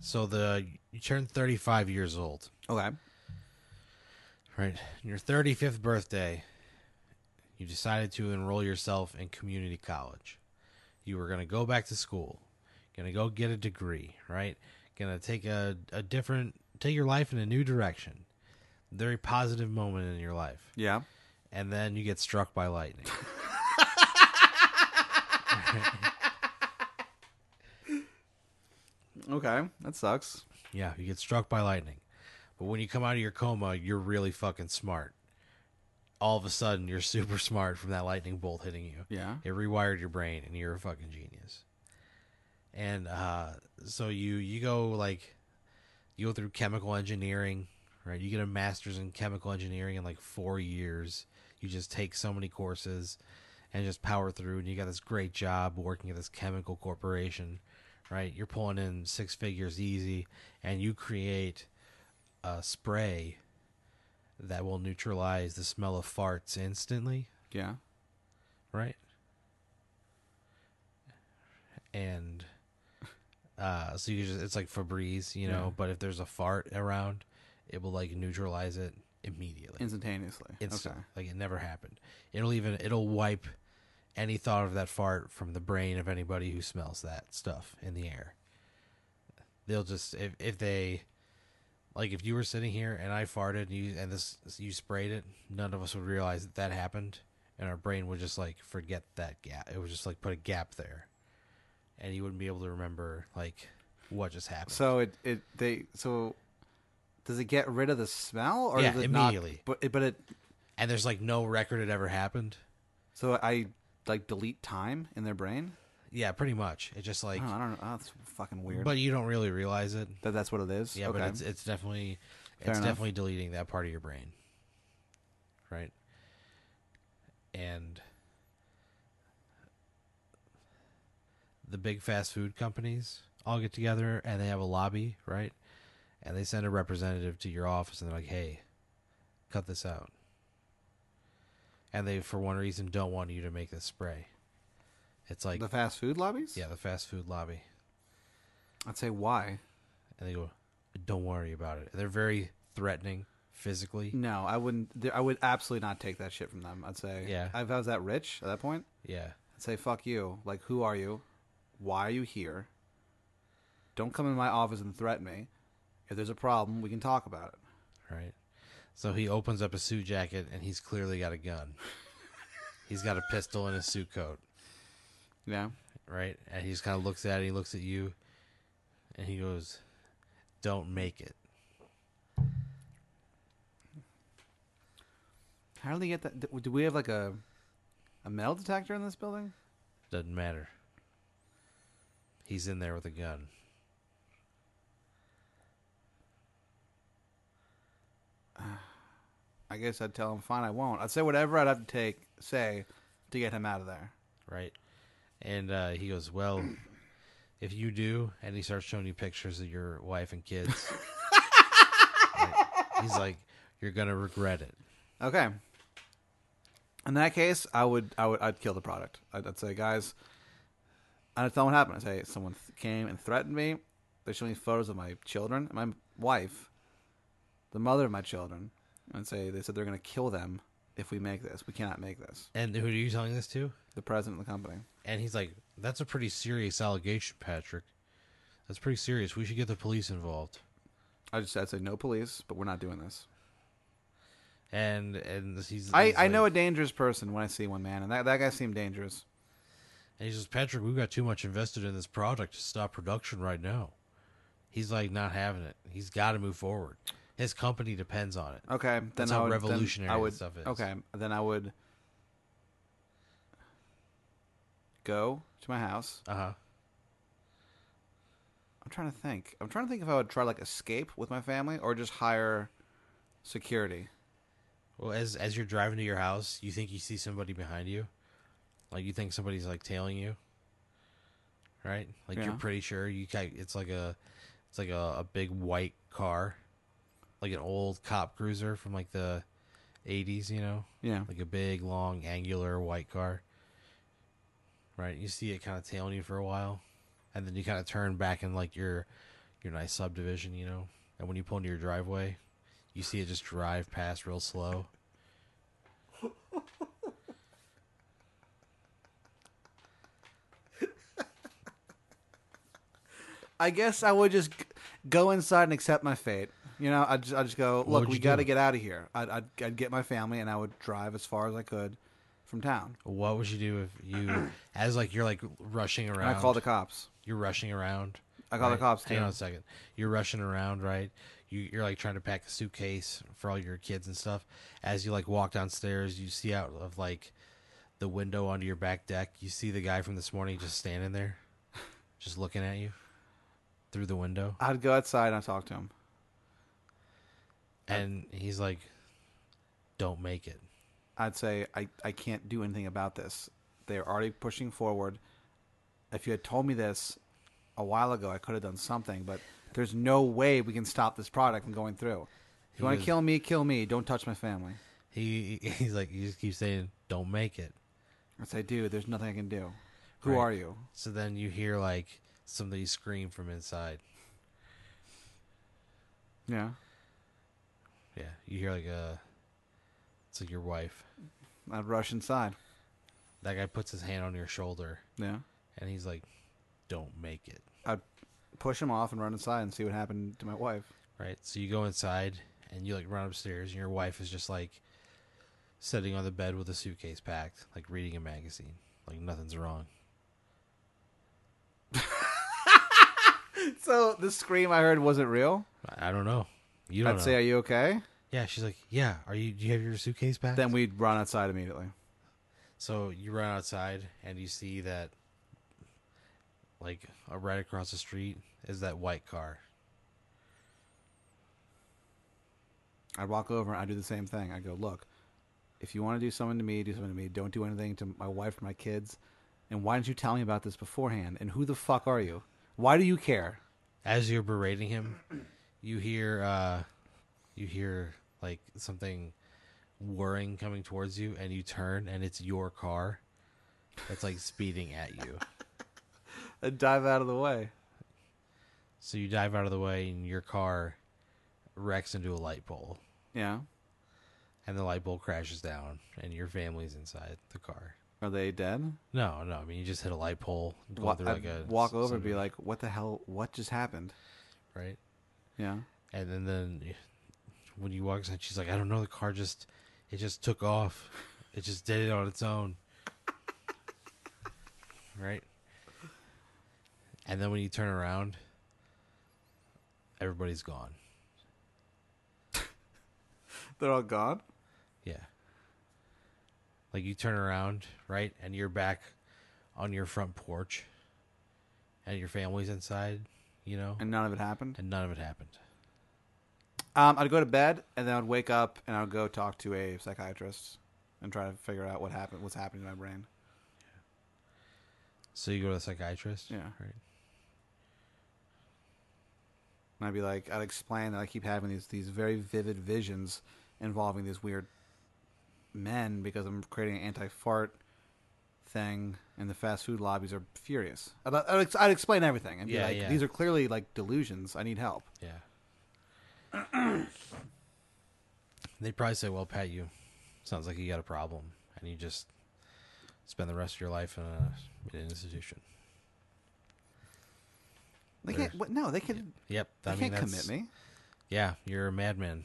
So the you turn 35 years old, Okay. right? On your 35th birthday, you decided to enroll yourself in community college. You were going to go back to school, going to go get a degree, right? Going to take a, a different, take your life in a new direction. Very positive moment in your life. Yeah. and then you get struck by lightning. Okay. That sucks. yeah, you get struck by lightning. But when you come out of your coma, you're really fucking smart. All of a sudden, you're super smart from that lightning bolt hitting you. Yeah. It rewired your brain, and you're a fucking genius. And uh, so you you go like you go through chemical engineering, right? You get a master's in chemical engineering in like four years. You just take so many courses and just power through. And you got this great job working at this chemical corporation, right? You're pulling in six figures easy, and you create a spray that will neutralize the smell of farts instantly Yeah. right? And uh, so you just it's like Febreze, you know. Yeah. But if there's a fart around, it will like neutralize it immediately. Instantaneously. Instantly. Like it never happened. It'll even it'll wipe any thought of that fart from the brain of anybody who smells that stuff in the air. They'll just if if they like if you were sitting here and I farted and you and this you sprayed it, none of us would realize that that happened, and our brain would just like forget that gap. It would just like put a gap there, and you wouldn't be able to remember like what just happened. So it it they so does it get rid of the smell or Yeah, does it not- immediately. but it, but it and there's like no record it ever happened. so I like delete time in their brain. Yeah, pretty much. It just like Oh, I don't know. Oh, that's fucking weird. But you don't really realize it. that that's what it is. Yeah, okay. but it's it's definitely Fair it's enough. definitely deleting that part of your brain. Right? And the big fast food companies all get together and they have a lobby, right? And they send a representative to your office and they're like, "Hey, cut this out." And they for one reason don't want you to make this spray. It's like the fast food lobbies. yeah, the fast food lobby. I'd say why. and they go, "Don't worry about it." They're very threatening physically. No, I wouldn't. there- I would absolutely not take that shit from them. I'd say, Yeah. If I was that rich at that point, Yeah, I'd say, fuck you. Like, who are you? Why are you here? Don't come in my office and threaten me. If there's a problem, we can talk about it. right. So he opens up his suit jacket, and he's clearly got a gun. he's got a pistol in his suit coat, Yeah. right? And he just kind of looks at it. He looks at you, and he goes, "Don't make it." How do they get that? Do we have like a a metal detector in this building? Doesn't matter. He's in there with a gun. I guess I'd tell him, fine, I won't. I'd say whatever I'd have to take, say, to get him out of there. right? And uh, he goes, "Well, if you do," and he starts showing you pictures of your wife and kids. Right? He's like, "You're gonna regret it." Okay. In that case, I would, I would, I'd kill the product. I'd, I'd say, guys, I'd tell them what happened. I'd say someone th- came and threatened me. They showed me photos of my children, my wife, the mother of my children, and say they said they're going to kill them if we make this. We cannot make this. And who are you telling this to? The president of the company. And he's like, "That's a pretty serious allegation, Patrick. That's pretty serious. We should get the police involved." I just, I'd say no police, but we're not doing this. And and he's, I, he's I know a like- dangerous person when I see one man, and that, that guy seemed dangerous. And he says, "Patrick, we've got too much invested in this product to stop production right now." He's like, "Not having it. He's got to move forward. His company depends on it." Okay, then That's I how would, then revolutionary I that would, stuff is. Okay, then I would go to my house. Uh huh. I'm trying to think. I'm trying to think if I would try like escape with my family or just hire security. Well, as as you're driving to your house, you think you see somebody behind you, like you think somebody's like tailing you, right? Like you're Yeah. pretty sure you ca it's like a it's like a, a big white car, like an old cop cruiser from like the '80s, you know, Yeah. like a big long angular white car, right? You see it kind of tailing you for a while, and then you kind of turn back and like you're your nice subdivision, you know, and when you pull into your driveway, you see it just drive past real slow. I guess I would just g- go inside and accept my fate. You know, I'd just, I'd just go, would look, we you got to do? get out of here. I'd, I'd, I'd get my family and I would drive as far as I could from town. What would you do if you, as like you're like rushing around? And I call the cops. you're rushing around. I call the right? cops, Hang too. on a second. You're rushing around, right? You, you're like trying to pack a suitcase for all your kids and stuff. As you like walk downstairs, you see out of like the window onto your back deck. You see the guy from this morning just standing there, just looking at you through the window, I'd go outside and I'd talk to him. and he's like, "Don't make it." I'd say, I, I can't do anything about this. They're already pushing forward. If you had told me this a while ago, I could have done something, but there's no way we can stop this product from going through. He If you want was- to kill me, kill me. Don't touch my family. He he's like, you just keep saying, "Don't make it." I'd say, dude, there's nothing I can do. Who Right. are you? So then you hear like somebody scream from inside. Yeah. Yeah, you hear like a. It's like your wife. I'd rush inside. That guy puts his hand on your shoulder Yeah. and he's like, "Don't make it." I'd push him off and run inside and see what happened to my wife. Right. So you go inside and you like run upstairs, and your wife is just like sitting on the bed with a suitcase packed, like reading a magazine, like nothing's wrong. So the scream I heard wasn't real. I, I don't know. You don't I'd know. say, "Are you okay?" yeah. She's like, "Yeah. Are you? Do you have your suitcase packed?" Then we'd run outside immediately. So you run outside and you see that, like, uh, right across the street is that white car. I'd walk over and I'd do the same thing. I'd go, "Look, if you want to do something to me, do something to me. Don't do anything to my wife or my kids. And why didn't you tell me about this beforehand? And who the fuck are you? Why do you care?" As you're berating him, you hear, uh, you hear like something whirring coming towards you, and you turn, and it's your car. It's like speeding at you. I'd dive out of the way. So you dive out of the way, and your car wrecks into a light pole, Yeah. and the light pole crashes down, and your family's inside the car. Are they dead? No, no. I mean, you just hit a light pole. go Wa- through, I'd a- walk over and be some- like, "What the hell? What just happened?" right? Yeah. And then, then when you walk inside, she's like, I don't know, the car just it just took off. It just did it on its own. right? And then when you turn around, everybody's gone. They're all gone. Yeah. Like you turn around, right? And you're back on your front porch and your family's inside, you know? and none of it happened. And none of it happened. Um, I'd go to bed and then I'd wake up and I'd go talk to a psychiatrist and try to figure out what happened, what's happening to my brain. So you go to the psychiatrist? Yeah. Right. And I'd be like, I'd explain that I keep having these these very vivid visions involving these weird men because I'm creating an anti fart thing, and the fast food lobbies are furious. I'd, I'd, ex- I'd explain everything and be Yeah, like, yeah. these are clearly like delusions. I need help. Yeah. they probably say, "Well, Pat, you sounds like you got a problem, and you just spend the rest of your life in, a, in an institution." They can't. There's- What, no, they can. Yep, They I mean can't that's commit me. yeah, you're a madman.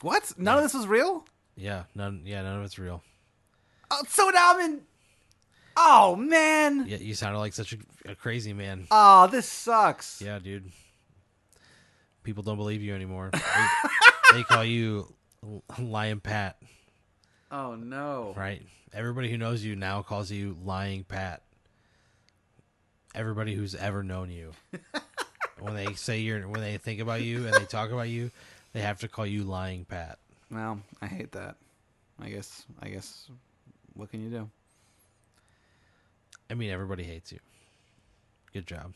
What? None of this is real. Yeah, none. Yeah, none of it's real. Oh, so now I'm in. Oh man. Yeah, you sounded like such a, a crazy man. Oh, this sucks. Yeah, dude. People don't believe you anymore. They, they call you L- Lion Pat, Oh no. right? Everybody who knows you now calls you Lying Pat. Everybody who's ever known you. when they say you're when they think about you and they talk about you, they have to call you Lying Pat. Well, I hate that. I guess. I guess. What can you do? I mean, everybody hates you. Good job.